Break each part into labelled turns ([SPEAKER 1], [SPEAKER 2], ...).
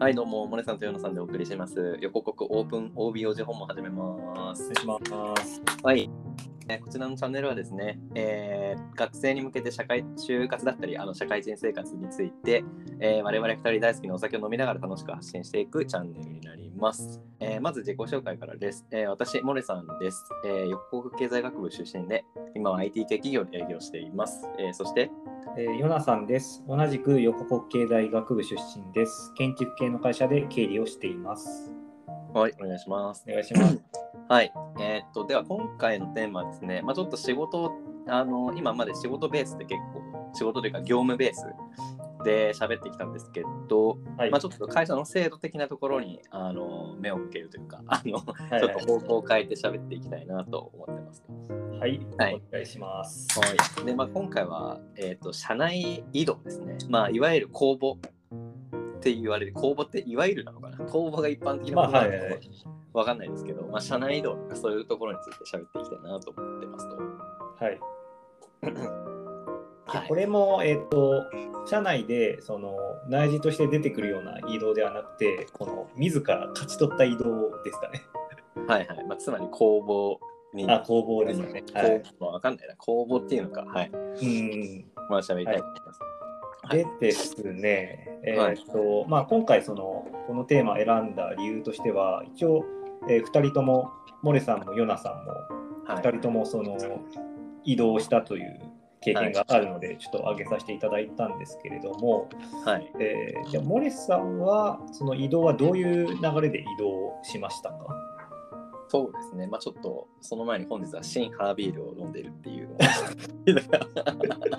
[SPEAKER 1] はい、どうも、モネさんとヨナさんでお送りします。予告オープン OBOG 本も始めます
[SPEAKER 2] 失。礼します。
[SPEAKER 1] はい。えーこちらのチャンネルはですね、えー学生に向けて社会就活だったり、あの社会人生活について、えー我々2人大好きなお酒を飲みながら楽しく発信していくチャンネルになります。えーまず自己紹介からです。えー私、モネさんです、えー横国経済学部出身で、今は IT 系企業で営業しています。えーそして、
[SPEAKER 2] えー、ヨナさんです。同じく横国経済学部出身です。建築系の会社で経理をしています。
[SPEAKER 1] はい、お願いします。
[SPEAKER 2] お願い します。
[SPEAKER 1] はい、えーっとでは今回のテーマはですね、まあ、ちょっと仕事あの今まで仕事ベースで結構仕事というか業務ベースで喋ってきたんですけど、
[SPEAKER 2] はい
[SPEAKER 1] まあ、ちょっと会社の制度的なところにあの目を向けるというかあの、
[SPEAKER 2] はい
[SPEAKER 1] ちょっと方向を変えて喋っていきたいなと思ってます。
[SPEAKER 2] はい、
[SPEAKER 1] はい
[SPEAKER 2] お願いします。
[SPEAKER 1] はい、で、まあ、今回は、えー、と社内移動ですね、まあ、いわゆる公募って言われる公募っていわゆるなのかな公募が一般的なことなのか
[SPEAKER 2] まあはいはいはい
[SPEAKER 1] わかんないですけど、まあ、社内移動とかそういうところについて喋っていきたいなと思ってますと。
[SPEAKER 2] はい。
[SPEAKER 1] はい
[SPEAKER 2] こ、れも、えっ、と、社内で、その、内示として出てくるような移動ではなくて、この、自ら勝ち取った移動ですかね。
[SPEAKER 1] はいはいまあ、つまり公募に。
[SPEAKER 2] あ、工房ですかね。は
[SPEAKER 1] 公
[SPEAKER 2] い。
[SPEAKER 1] 募まあわかんないな公募っていうのか、はい、
[SPEAKER 2] うん。
[SPEAKER 1] まあ喋りたいと思います。はい
[SPEAKER 2] でですね、え
[SPEAKER 1] はい
[SPEAKER 2] ーっとまあ、今回そのこのテーマを選んだ理由としては一応、えー、2人ともモレさんもヨナさんも
[SPEAKER 1] はい
[SPEAKER 2] 2人ともその移動したという経験があるので、ちょっと挙げさせていただいたんですけれども、
[SPEAKER 1] はい
[SPEAKER 2] えーじゃあモレさんはその移動はどういう流れで移動しましたか
[SPEAKER 1] そうですね、まあちょっとその前に本日は新ハービールを飲んでいるっていうのが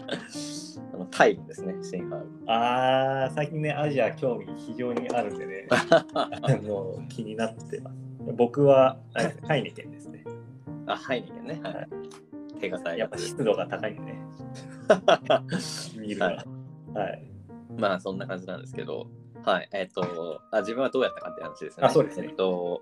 [SPEAKER 1] あのタイのですね、新ハービ
[SPEAKER 2] あー最近ねアジア興味非常にあるんで ね
[SPEAKER 1] ール。
[SPEAKER 2] あの気になってます僕はあ れですねハイネケンですね
[SPEAKER 1] あ、ハイネケンね。はい。手堅い
[SPEAKER 2] や
[SPEAKER 1] や
[SPEAKER 2] っぱ
[SPEAKER 1] つ。
[SPEAKER 2] 湿度が高いんでね、ビールが。
[SPEAKER 1] はい
[SPEAKER 2] はい。
[SPEAKER 1] まあそんな感じなんですけど、はい。えっ、とあ、自分はどうやったかって話ですよね。
[SPEAKER 2] あそうですね
[SPEAKER 1] えっと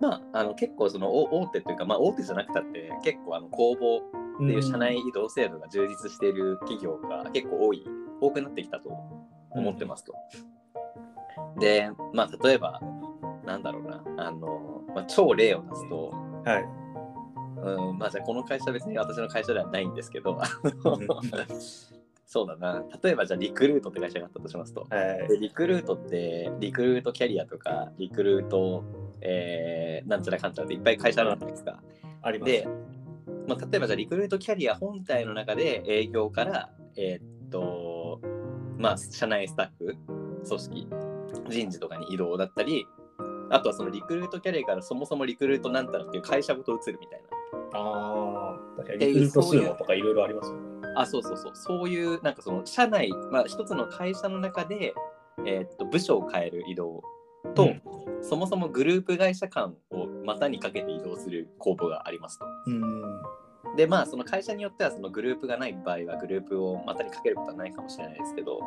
[SPEAKER 1] まあ、あの結構そのお大手というか、まあ、大手じゃなくたって結構あの公募
[SPEAKER 2] って。
[SPEAKER 1] っていう社内移動制度が充実している企業が結構多い多くなってきたと思ってますすと。で、まあ、例えば、なんだろうな、あの、まあ、超例を出すと、
[SPEAKER 2] はい。
[SPEAKER 1] うん、まあ、じゃあこの会社は別に私の会社ではないんですけど、あの
[SPEAKER 2] うん
[SPEAKER 1] そうだな、例えばじゃあリクルートって会社があったとしますと、
[SPEAKER 2] はい
[SPEAKER 1] でリクルートって、リクルートキャリアとか、リクルート、えーなんちゃらかんちゃらっていっぱい会社あるじゃないですか。
[SPEAKER 2] あります。
[SPEAKER 1] で、まあ、例えばじゃあリクルートキャリア本体の中で営業から、えーっとまあ、社内スタッフ組織人事とかに移動だったりあとはそのリクルートキャリアからそもそもリクルートなんたらっていう会社ごと移るみたい
[SPEAKER 2] ああ、確かにリクルート数もとかいろいろありますよね。
[SPEAKER 1] なあそうそうそうそういうなんかその社内、まあ、一つの会社の中で、えーっと部署を変える移動と、
[SPEAKER 2] うん
[SPEAKER 1] そもそもグループ会社間を股にかけて移動する公募がありますと。
[SPEAKER 2] うん。
[SPEAKER 1] でまあその会社によってはそのグループがない場合はグループをまたにかけることはないかもしれないですけど、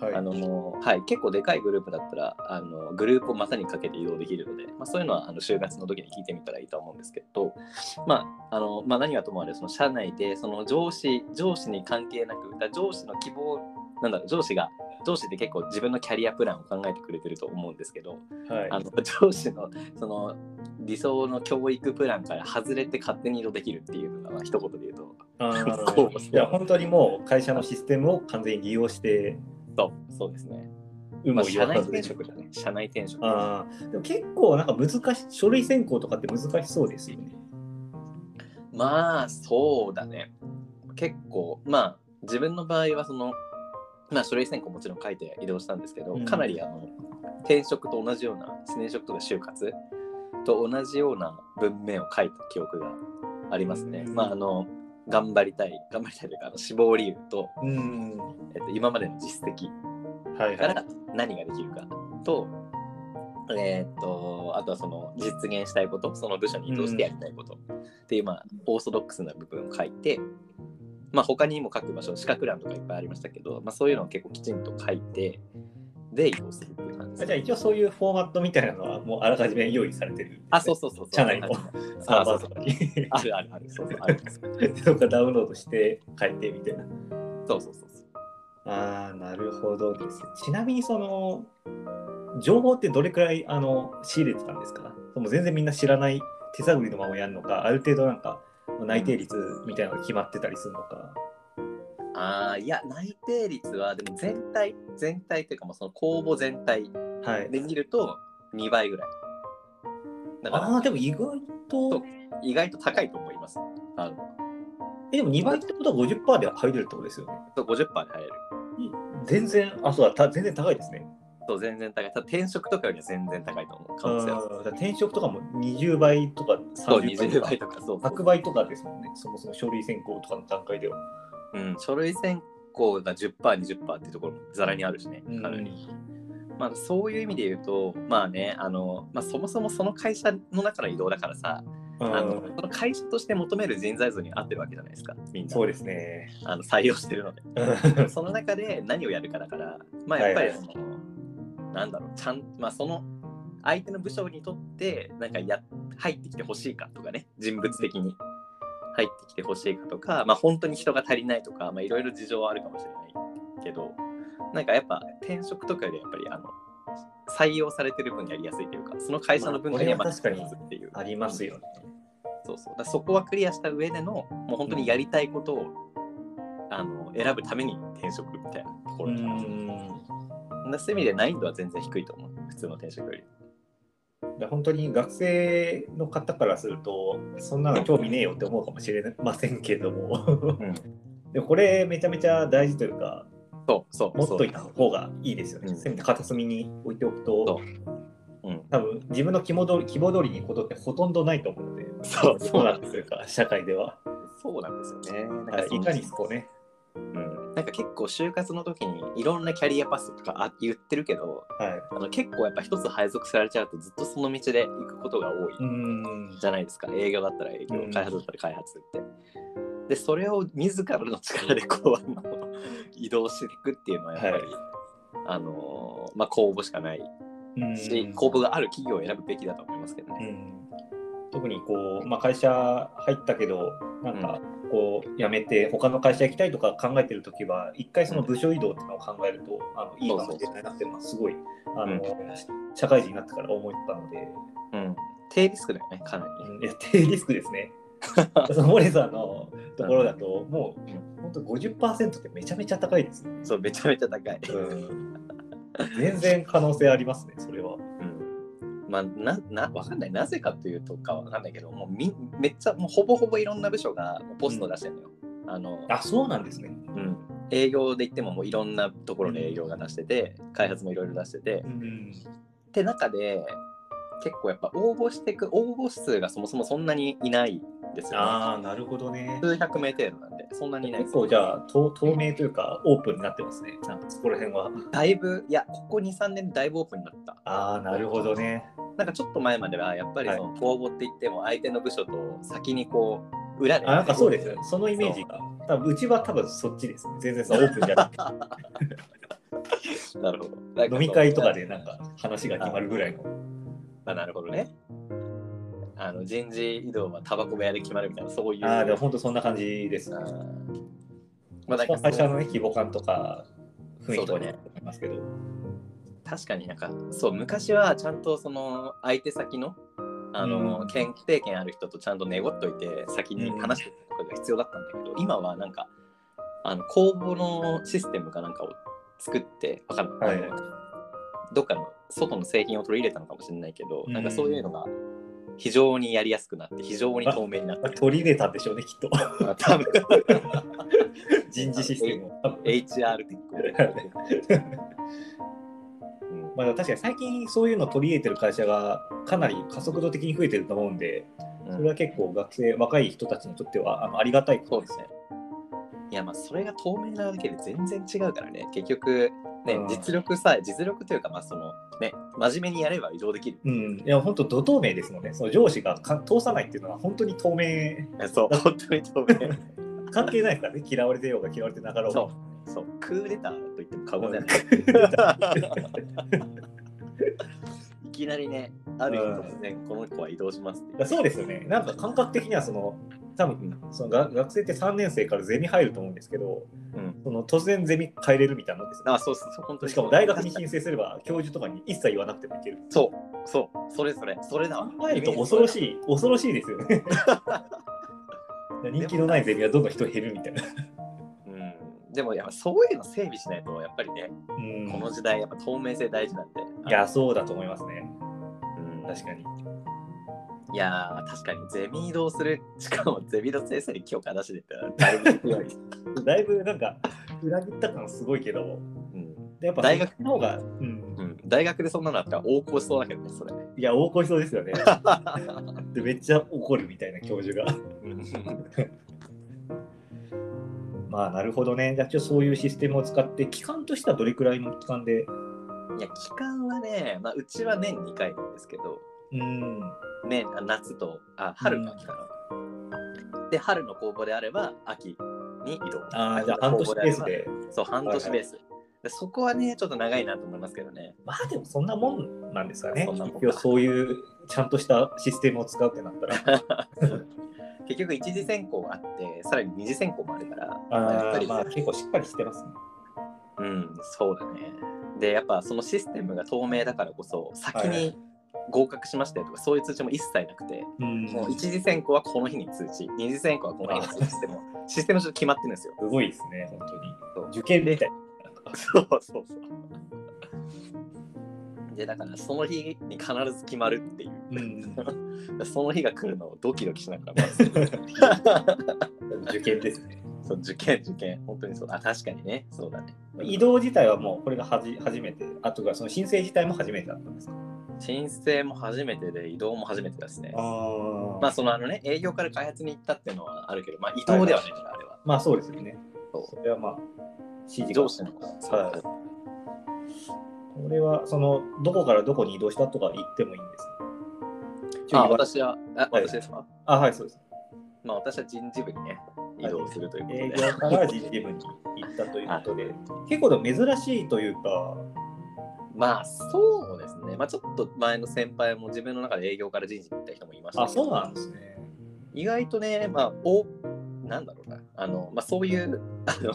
[SPEAKER 2] はい。
[SPEAKER 1] あのもうはい、結構でかいグループだったらあのグループをまたにかけて移動できるので、まあ、そういうのはあの就活の時に聞いてみたらいいと思うんですけど、まああのまあ、何はともあれその社内でその上司上司に関係なくだから上司の希望なんだろう上司が上司って結構自分のキャリアプランを考えてくれてると思うんですけど、
[SPEAKER 2] はい。
[SPEAKER 1] あの上司のその理想の教育プランから外れて勝手に移動できるっていうのがまあ一言で言うと
[SPEAKER 2] あー
[SPEAKER 1] そう
[SPEAKER 2] いや、本当にもう会社のシステムを完全に利用して、
[SPEAKER 1] そうそうですね、
[SPEAKER 2] 有
[SPEAKER 1] ま
[SPEAKER 2] 無を
[SPEAKER 1] あ、
[SPEAKER 2] 言
[SPEAKER 1] 社
[SPEAKER 2] わ
[SPEAKER 1] 内
[SPEAKER 2] さず
[SPEAKER 1] 転職だね社内転職
[SPEAKER 2] ああ、でも結構なんか難しい、書類選考とかって難しそうですよね。
[SPEAKER 1] まあそうだね結構まあ自分の場合はそのまあ書類選考もちろん書いて移動したんですけど、
[SPEAKER 2] うん
[SPEAKER 1] かなりあの転職と同じような転職とか就活と同じような文面を書いた記憶がありますね、
[SPEAKER 2] うん
[SPEAKER 1] まああの頑張りたい頑張りたいというかあの志望理由と
[SPEAKER 2] うん。
[SPEAKER 1] えっと、今までの実績
[SPEAKER 2] はい
[SPEAKER 1] か
[SPEAKER 2] は
[SPEAKER 1] ら何ができるかと,、えーっとあとはその実現したいことその部署に移動してやりたいことっていう、まあ、オーソドックスな部分を書いて、まあ、他にも書く場所資格欄とかいっぱいありましたけど、まあ、そういうのを結構きちんと書いてで移動するっていう感じ
[SPEAKER 2] い。
[SPEAKER 1] で
[SPEAKER 2] じゃあ
[SPEAKER 1] す。
[SPEAKER 2] 一応そういうフォーマットみたいなのはもうあらかじめ用意されてる。
[SPEAKER 1] あ、そうそうそうそう。
[SPEAKER 2] 社内の
[SPEAKER 1] はい
[SPEAKER 2] サ
[SPEAKER 1] そ
[SPEAKER 2] ーバ
[SPEAKER 1] うそう
[SPEAKER 2] ーと
[SPEAKER 1] そう
[SPEAKER 2] かに。
[SPEAKER 1] あるあるある。そうそうある
[SPEAKER 2] とかダウンロードして書いてみたいな。
[SPEAKER 1] そうそうそうそう。
[SPEAKER 2] ああ、なるほどです。ちなみにその、情報ってどれくらいあの仕入れてたんですかもう全然みんな知らない手探りのままやるのか、ある程度なんか内定率みたいなのが決まってたりするのか。
[SPEAKER 1] ああ、いや、内定率は、でも全体、全体というか、もうその公募全体
[SPEAKER 2] はい。
[SPEAKER 1] で見ると2倍ぐらい。だから
[SPEAKER 2] ああ、でも意外
[SPEAKER 1] そう
[SPEAKER 2] と、
[SPEAKER 1] 意外と高いと思います。あの
[SPEAKER 2] えでも2倍ってことは50%で入れるってことですよね。
[SPEAKER 1] そう50%で入れる。
[SPEAKER 2] 全然、あ、そうだ、た全然高いですね。
[SPEAKER 1] そう、全然高い。ただ転職とかよりは全然高いと思う。可能性は。
[SPEAKER 2] うんだから転職とかも20倍とか
[SPEAKER 1] そう、
[SPEAKER 2] 30
[SPEAKER 1] 20
[SPEAKER 2] 倍
[SPEAKER 1] 倍
[SPEAKER 2] と
[SPEAKER 1] と
[SPEAKER 2] か
[SPEAKER 1] か、そうそう
[SPEAKER 2] 100倍とかですもんね、そもそも書類選考とかの段階では。
[SPEAKER 1] うん、書類選考が10%、20%っていうところもざらにあるしね、かなり。まあ、そういう意味で言うと、まあね、あの、まあ、そもそもその会社の中の移動だからさ、
[SPEAKER 2] うん
[SPEAKER 1] あのその会社として求める人材像に合ってるわけじゃないですか、みんな。
[SPEAKER 2] そうですね。
[SPEAKER 1] あの採用してるので。その中で何をやるかだから、まあ、やっぱり
[SPEAKER 2] はい
[SPEAKER 1] そ
[SPEAKER 2] は
[SPEAKER 1] の、なんだろう、ちゃん、まあ、その相手の部署にとって、なんかや、入ってきてほしいかとかね、人物的に入ってきてほしいかとか、まあ、本当に人が足りないとか、まあ、いろいろ事情はあるかもしれないけど、なんかやっぱ転職とかよりやっぱり、あの、採用されてる分やりやすいというか、その会社の文化に
[SPEAKER 2] まあこれは
[SPEAKER 1] やっ
[SPEAKER 2] 確
[SPEAKER 1] ぱりっていう
[SPEAKER 2] ありますよね。
[SPEAKER 1] そうそう。だからそこはクリアした上での、もう本当にやりたいことを、あの選ぶために転職みたいなとこ
[SPEAKER 2] う
[SPEAKER 1] ろだと思うんですよ
[SPEAKER 2] ん
[SPEAKER 1] なそういう意味で難易度は全然低いと思う普通の転職より
[SPEAKER 2] だから本当に学生の方からすると、そんなの興味ねえよって思うかもしれませんけども、
[SPEAKER 1] うん
[SPEAKER 2] でもこれめちゃめちゃ大事というか、
[SPEAKER 1] そうそう
[SPEAKER 2] 持っとい
[SPEAKER 1] た
[SPEAKER 2] た方がいいですよ
[SPEAKER 1] う
[SPEAKER 2] ね。
[SPEAKER 1] ん
[SPEAKER 2] せめて片隅に置いておくと、
[SPEAKER 1] うん
[SPEAKER 2] 多分自分の希望通り希望通りに行くことってほとんどないと思うので、
[SPEAKER 1] そう
[SPEAKER 2] 世
[SPEAKER 1] そう
[SPEAKER 2] の
[SPEAKER 1] な
[SPEAKER 2] 中
[SPEAKER 1] ん
[SPEAKER 2] と
[SPEAKER 1] です
[SPEAKER 2] いうか、社会では。
[SPEAKER 1] そうなんですよねなん
[SPEAKER 2] はい
[SPEAKER 1] その
[SPEAKER 2] いかにそこね。
[SPEAKER 1] うん、なんか結構就活の時にいろんなキャリアパスとかあ言ってるけど
[SPEAKER 2] はい。
[SPEAKER 1] あの結構やっぱ一つ配属されちゃうとずっとその道で行くことが多い
[SPEAKER 2] うん。
[SPEAKER 1] じゃないですか営業だったら営業
[SPEAKER 2] うん
[SPEAKER 1] 開発だったら開発ってでそれを自らの力でこうあの移動していくっていうのはやっぱり、
[SPEAKER 2] は
[SPEAKER 1] あのまあ公募しかない
[SPEAKER 2] うん
[SPEAKER 1] し公募がある企業を選ぶべきだと思いますけど
[SPEAKER 2] う
[SPEAKER 1] ね、
[SPEAKER 2] ん特にこう、まあ、会社入ったけど、なんかこう、辞めて、他の会社行きたいとか考えてるときは、一回その部署移動っていうのを考えると、あのいいかもしれないなっていうのは、すごい、あの、
[SPEAKER 1] うん
[SPEAKER 2] 社会人になってから思ったので、
[SPEAKER 1] うん、低リスクだよねかなりね、
[SPEAKER 2] うんいや低リスクですね。 そのモレさんのところだと、もう、本当50%ってめちゃめちゃ高いですよね。
[SPEAKER 1] そう、めちゃめちゃ高い。
[SPEAKER 2] うん全然可能性ありますね、それは。
[SPEAKER 1] うんまあ、な、な、わかんない。なぜかというとかわかんないけど、もうみ、めっちゃ、もうほぼほぼいろんな部署がもうポスト出してるのよ。あの、
[SPEAKER 2] あ、そうなんですね。
[SPEAKER 1] うん。営業で言ってももういろんなところで営業が出してて、開発もいろいろ出してて
[SPEAKER 2] う、ん。
[SPEAKER 1] って中で、結構やっぱ応募していく、応募数がそもそもそんなにいないんですよ
[SPEAKER 2] あ
[SPEAKER 1] ね。
[SPEAKER 2] あ、なるほどね。
[SPEAKER 1] 数百名程度なんで、そんなにいない
[SPEAKER 2] 結構じゃあ透透明というかオープンになってますね。なんかそこら辺は。
[SPEAKER 1] だいぶ、いや、ここ2、3年でだいぶオープンになった。
[SPEAKER 2] ああ、なるほどね。
[SPEAKER 1] なんかちょっと前まではやっぱり
[SPEAKER 2] はい
[SPEAKER 1] その公募って言っても相手の部署と先にこう裏で、
[SPEAKER 2] あなんかそうですよね。そのイメージが。多分うちは多分そっちですね。全然さ、オープンじゃなくて
[SPEAKER 1] なるほどなん そう
[SPEAKER 2] 飲み会とかでなんか話が決まるぐらいの。
[SPEAKER 1] あなるほどねあの人事異動はタバコ部屋で決まるみたいなそういう
[SPEAKER 2] ああ、でも本当そんな感じです
[SPEAKER 1] あ
[SPEAKER 2] ね。
[SPEAKER 1] ーまあなんか
[SPEAKER 2] 会社
[SPEAKER 1] そう
[SPEAKER 2] のね、規模感とか雰囲
[SPEAKER 1] そ
[SPEAKER 2] 気と
[SPEAKER 1] う
[SPEAKER 2] か
[SPEAKER 1] だね
[SPEAKER 2] ね、ありますけど。
[SPEAKER 1] 確かになんかそう昔はちゃんとその相手先のあの、
[SPEAKER 2] うん
[SPEAKER 1] 検定権ある人とちゃんと寝ごっといて先に話しておくことが必要だったんだけど、今はなんかあの公募のシステムかなんかを作ってわかんない、
[SPEAKER 2] はい
[SPEAKER 1] どっかの外の製品を取り入れたのかもしれないけど、
[SPEAKER 2] うん
[SPEAKER 1] なんかそういうのが非常にやりやすくなって非常に透明になっ
[SPEAKER 2] まあ取り入れたんでしょうね、きっ と。
[SPEAKER 1] た多分
[SPEAKER 2] 人事システムを。多分
[SPEAKER 1] HR テック、うん
[SPEAKER 2] まあ、確かに最近そういうの取り入れてる会社がかなり加速度的に増えてると思うんで、
[SPEAKER 1] うん
[SPEAKER 2] それは結構学生、若い人たちにとってはあのありがたい
[SPEAKER 1] そ
[SPEAKER 2] こ
[SPEAKER 1] うで
[SPEAKER 2] とです
[SPEAKER 1] す
[SPEAKER 2] ね
[SPEAKER 1] ね。。いやまあそれが透明なだけで全然違うからね結局ね、
[SPEAKER 2] うん
[SPEAKER 1] 実力さえ実力というかまあそのね真面目にやれば移動で きる
[SPEAKER 2] うん、いや本当、ど透明ですもんね、その上司がか通さないっていうのは本当に透明、
[SPEAKER 1] そう本当に透 明
[SPEAKER 2] 関係ないですからね、嫌われてようが嫌われてなかろうが。
[SPEAKER 1] そうそうクーデターと言っても過言じゃない、 いきなりねある日突然この子は移動しますって
[SPEAKER 2] そうですよね、なんか感覚的にはその多分そのが学生って3年生からゼミ入ると思うんですけど、
[SPEAKER 1] うん
[SPEAKER 2] その突然ゼミ変えれるみたいなんですよ
[SPEAKER 1] あ、そうそうそう、本当に
[SPEAKER 2] しかも大学に申請すれば教授とかに一切言わなくてもいける。
[SPEAKER 1] そう、そう、それそれ、それだわ。
[SPEAKER 2] 考えると恐ろ
[SPEAKER 1] い。
[SPEAKER 2] しい、恐ろしいですよね。人気のないゼミはどんどん人減るみたいな。
[SPEAKER 1] うん、でもやっぱそういうの整備しないと、やっぱりね、
[SPEAKER 2] うん
[SPEAKER 1] この時代、やっぱ透明性大事なんで。
[SPEAKER 2] いや、そうだと思いますね。
[SPEAKER 1] うん、
[SPEAKER 2] 確かに。
[SPEAKER 1] いやー、確かにゼミ移動する、しかもゼミの先生に許可出しでたら、だいぶ強い。
[SPEAKER 2] だいぶなんか裏切った感すごいけど、
[SPEAKER 1] うん
[SPEAKER 2] やっぱ
[SPEAKER 1] 大学
[SPEAKER 2] の方が、うん、
[SPEAKER 1] うん、大学でそんなのあったら横行しそうだけどね、それね。
[SPEAKER 2] いや、大こしそうです よね。で、めっちゃ怒るみたいな教授が。 まあ、なるほどね。じゃあ、ちょっとそういうシステムを使って、期間としてはどれくらいの期間で、
[SPEAKER 1] いや、期間はね、まあ、うちは年2回なんですけど、
[SPEAKER 2] うん、
[SPEAKER 1] ね、あ夏とあ春の秋かな、で、春の公募であれば秋に移動。
[SPEAKER 2] ああ、
[SPEAKER 1] 秋
[SPEAKER 2] じゃ
[SPEAKER 1] の
[SPEAKER 2] あ、半
[SPEAKER 1] 公
[SPEAKER 2] 年
[SPEAKER 1] 募
[SPEAKER 2] ペ
[SPEAKER 1] あれ
[SPEAKER 2] ース
[SPEAKER 1] ば
[SPEAKER 2] で。
[SPEAKER 1] そう、半年ベース。でそこはね、ちょっと長いなと思いますけどね。
[SPEAKER 2] まあ、でもそんなもんなんですかね。
[SPEAKER 1] そんなもんか
[SPEAKER 2] 一応、そういうちゃんとしたシステムを使うってなったら。
[SPEAKER 1] 結局、一次選考があって、さらに二次選考もあるから、まあやっぱ
[SPEAKER 2] ああ、
[SPEAKER 1] り
[SPEAKER 2] まあ、結構しっかりしてますね。
[SPEAKER 1] うん、そうだね。で、やっぱそのシステムが透明だからこそ、先
[SPEAKER 2] はいは
[SPEAKER 1] に合格しましたよとか、そういう通知も一切なくて、
[SPEAKER 2] うん、
[SPEAKER 1] もう一次選考はこの日に通知、二次選考はこの日に通知して も、システム上決まってるんですよ。
[SPEAKER 2] すごいですね、本当に。
[SPEAKER 1] そう
[SPEAKER 2] 受験みたい
[SPEAKER 1] そうそうそう。で、だからその日に必ず決まるっていう。
[SPEAKER 2] な。うん、
[SPEAKER 1] その日が来るのをドキドキしながら待つ
[SPEAKER 2] 受験ですね。
[SPEAKER 1] そう受験受験本当にそうあ確かにねそうだね
[SPEAKER 2] 移動自体はもうこれがはじ初めて、あとがその申請自体も初めてだったんですか
[SPEAKER 1] 申請も初めてで移動も初めてですね
[SPEAKER 2] あ
[SPEAKER 1] ま
[SPEAKER 2] ま
[SPEAKER 1] あそのあのね営業から開発に行ったっていうのはあるけどまあ移動ではないからあれは
[SPEAKER 2] まあそうですよね。
[SPEAKER 1] そ
[SPEAKER 2] それはまあ、指示が
[SPEAKER 1] 上司の
[SPEAKER 2] はい
[SPEAKER 1] そう
[SPEAKER 2] これはそのどこからどこに移動したとか言ってもいいんですか
[SPEAKER 1] あ私はあ
[SPEAKER 2] はい
[SPEAKER 1] 私ですか、
[SPEAKER 2] あ、はい、そうです。
[SPEAKER 1] まあ私は人事部にね移動するということで、
[SPEAKER 2] 営業から人事部に行ったということで、結構でも珍しいというか、
[SPEAKER 1] まあそうですねまあちょっと前の先輩も自分の中で営業から人事に行った人もいました
[SPEAKER 2] あ、
[SPEAKER 1] けど
[SPEAKER 2] そうなんですね。
[SPEAKER 1] 意外とね、まあ、おなんだろうなあの、まあ、そういうあの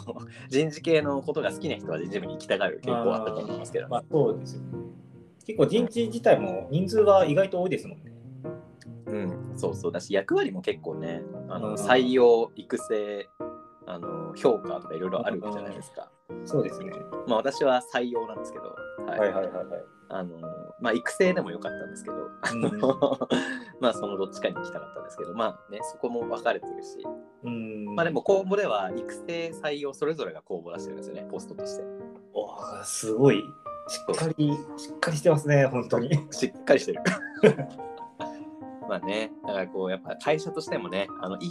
[SPEAKER 1] 人事系のことが好きな人は人事部に行きたがる傾向あったと思いますけど、
[SPEAKER 2] まあそうですよね。結構人事自体も人数が意外と多いですもんね。
[SPEAKER 1] うん、そうそうだし役割も結構ねあ
[SPEAKER 2] うん
[SPEAKER 1] の採用育成あの評価とかいろいろあるじゃないですか、
[SPEAKER 2] そうですね。
[SPEAKER 1] まあ、私は採用なんですけど、はい
[SPEAKER 2] はいはいはいはい。
[SPEAKER 1] あのまあ、育成でもよかったんですけど、 まあそのどっちかに行きたかったんですけどまあねそこも分かれてるし、
[SPEAKER 2] うん
[SPEAKER 1] まあ、でも公募では育成採用それぞれが公募出してるんですよねポストとして。
[SPEAKER 2] おーすごいしっかりしっかりしてますね本当に
[SPEAKER 1] しっかりしてる。 まあね、だからこう、やっぱ会社としてもね、あのいい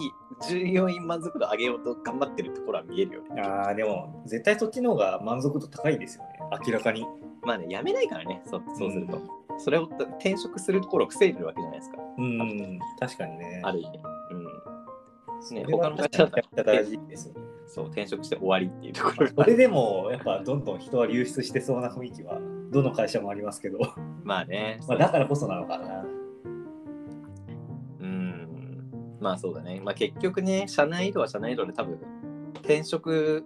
[SPEAKER 1] 従業員満足度上げようと頑張ってるところは見えるよね。
[SPEAKER 2] あーでも絶対そっちの方が満足度高いですよね明らかに
[SPEAKER 1] まあね、やめないからね、そそうすると。
[SPEAKER 2] うん
[SPEAKER 1] それを転職するところを防いでるわけじゃないですか、
[SPEAKER 2] うん確かにね
[SPEAKER 1] ある意味。うん。
[SPEAKER 2] それは
[SPEAKER 1] ね他の会社だったら
[SPEAKER 2] めちゃくちゃ大事ですよね
[SPEAKER 1] そう、転職して終わりっていうとこ ろ
[SPEAKER 2] そ
[SPEAKER 1] が。
[SPEAKER 2] れでもやっぱどんどん人は流出してそうな雰囲気はどの会社もありますけど、
[SPEAKER 1] まあね、
[SPEAKER 2] まあ、だからこそなのかな
[SPEAKER 1] うん。まあそうだね。まあ結局ね、社内移動は社内移動で多分、転職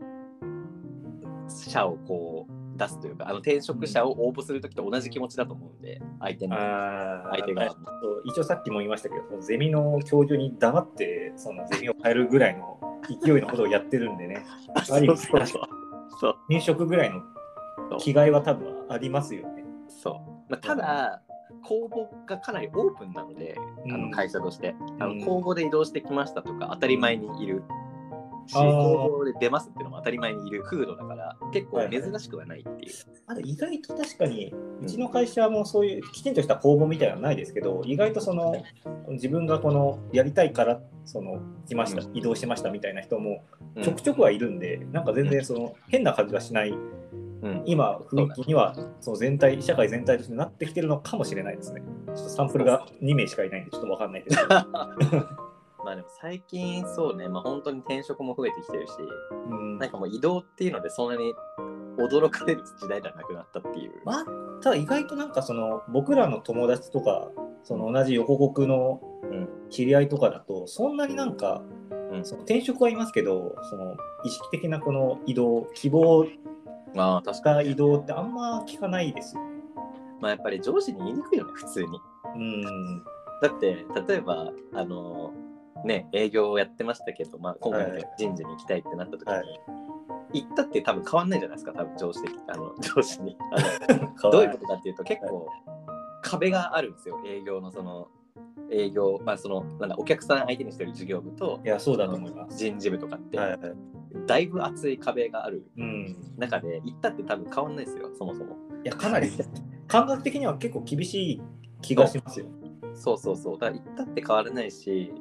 [SPEAKER 1] 者をこう出すというか、あの転職者を応募するときと同じ気持ちだと思うんで、相手の。
[SPEAKER 2] あー
[SPEAKER 1] 相手側も
[SPEAKER 2] そう一応さっきも言いましたけどそのゼミの教授に黙ってそのゼミを変えるぐらいの勢いのことをやってるんでね
[SPEAKER 1] そうそうそう。そう
[SPEAKER 2] 入職ぐらいの着替えは多分ありますよね
[SPEAKER 1] そうまあ、ただ、公募がかなりオープンなので、あ
[SPEAKER 2] う
[SPEAKER 1] の
[SPEAKER 2] ん
[SPEAKER 1] 会社として、あ
[SPEAKER 2] うん
[SPEAKER 1] の公募で移動してきましたとか、当たり前にいるし、
[SPEAKER 2] あー
[SPEAKER 1] 公募で出ますっていうのも当たり前にいる風土だから、結構珍しくはないっていう。
[SPEAKER 2] あと意外と確かに、うちの会社もそういうきちんとした公募みたいなのはないですけど、意外とその自分がこのやりたいからその来ました、
[SPEAKER 1] う
[SPEAKER 2] 移動しましたみたいな人も
[SPEAKER 1] うん
[SPEAKER 2] ちょくちょくはいるんで、なんか全然その変な感じがしない、
[SPEAKER 1] うん
[SPEAKER 2] 今、雰囲気にはその全体、社会全体としてなってきてるのかもしれないですね。ちょっとサンプルが2名しかいないんで、ちょっとわかんないけど。
[SPEAKER 1] まあでも最近そうね、まあ本当に転職も増えてきてるし、
[SPEAKER 2] うん
[SPEAKER 1] なんかもう移動っていうのでそんなに驚かれる時代ではなくなったっていう。
[SPEAKER 2] まあ、ただ意外となんかその僕らの友達とかその同じ横国の
[SPEAKER 1] うん
[SPEAKER 2] 知り合いとかだとそんなになんか、
[SPEAKER 1] うん
[SPEAKER 2] その転職はいますけどその意識的なこの移動希望
[SPEAKER 1] まあ確
[SPEAKER 2] し
[SPEAKER 1] か
[SPEAKER 2] た移動ってあんま聞かないですよ。
[SPEAKER 1] にまあやっぱり上司に言いにくいよね普通に
[SPEAKER 2] うん
[SPEAKER 1] だって例えばあのね営業をやってましたけど、まあ、今回の人事に行きたいってなった時に、
[SPEAKER 2] は
[SPEAKER 1] 行ったって多分変わんないじゃないですか多分上司的あの上司にあの
[SPEAKER 2] か
[SPEAKER 1] どうい
[SPEAKER 2] わい
[SPEAKER 1] こ
[SPEAKER 2] う
[SPEAKER 1] とかっていうと結構壁があるんですよ営業のその営業まあそのなんだお客さん相手にしてる事業部と
[SPEAKER 2] いやそうだと思います。
[SPEAKER 1] 人事部とかって、
[SPEAKER 2] はいはい
[SPEAKER 1] だいぶ厚い壁がある
[SPEAKER 2] うん、い
[SPEAKER 1] 中で行ったって多分変わんないですよそもそも
[SPEAKER 2] やか なり感覚的には結構厳しい気がしますよ。
[SPEAKER 1] そうそうそうだから行ったって変わらないし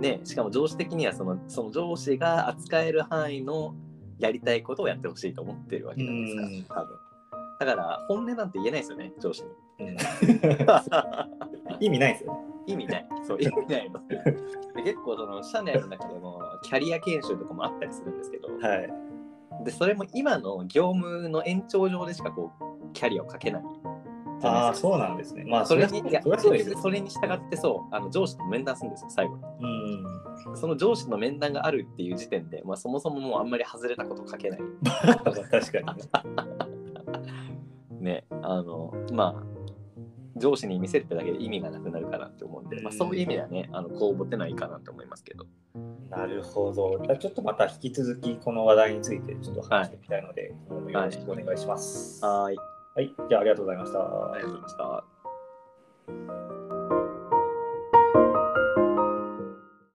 [SPEAKER 1] ねしかも上司的にはそのその上司が扱える範囲のやりたいことをやってほしいと思ってるわけじゃないですか
[SPEAKER 2] うん
[SPEAKER 1] 多分だから本音なんて言えないですよね上 司に
[SPEAKER 2] うん意味ないですよね。
[SPEAKER 1] 意味ない。そう、意味ないの。で結構その社内の中でもキャリア研修とかもあったりするんですけど、
[SPEAKER 2] はい
[SPEAKER 1] でそれも今の業務の延長上でしかこうキャリアをかけないじゃ
[SPEAKER 2] あ
[SPEAKER 1] ない
[SPEAKER 2] あ
[SPEAKER 1] ですか。
[SPEAKER 2] そうなんですね。まあ
[SPEAKER 1] そ
[SPEAKER 2] そ
[SPEAKER 1] れ
[SPEAKER 2] れ
[SPEAKER 1] に
[SPEAKER 2] そ
[SPEAKER 1] いや
[SPEAKER 2] そりゃそうですよ。
[SPEAKER 1] それに従ってそうあの上司と面談するんですよ最後に
[SPEAKER 2] うん
[SPEAKER 1] その上司の面談があるっていう時点で、まあ、そもそももうあんまり外れたこと書けない
[SPEAKER 2] 確かにね。
[SPEAKER 1] ねあのまあ上司に見せるってだけで意味がなくなるかなって思うんで、まあ、そういう意味ではねあのこうぼてないかなと思いますけど
[SPEAKER 2] なるほど。じゃあちょっとまた引き続きこの話題についてちょっと話していきたいので、よろしくお願いします。
[SPEAKER 1] はい
[SPEAKER 2] はい、じゃあありがとうございました。
[SPEAKER 1] ありがとうございました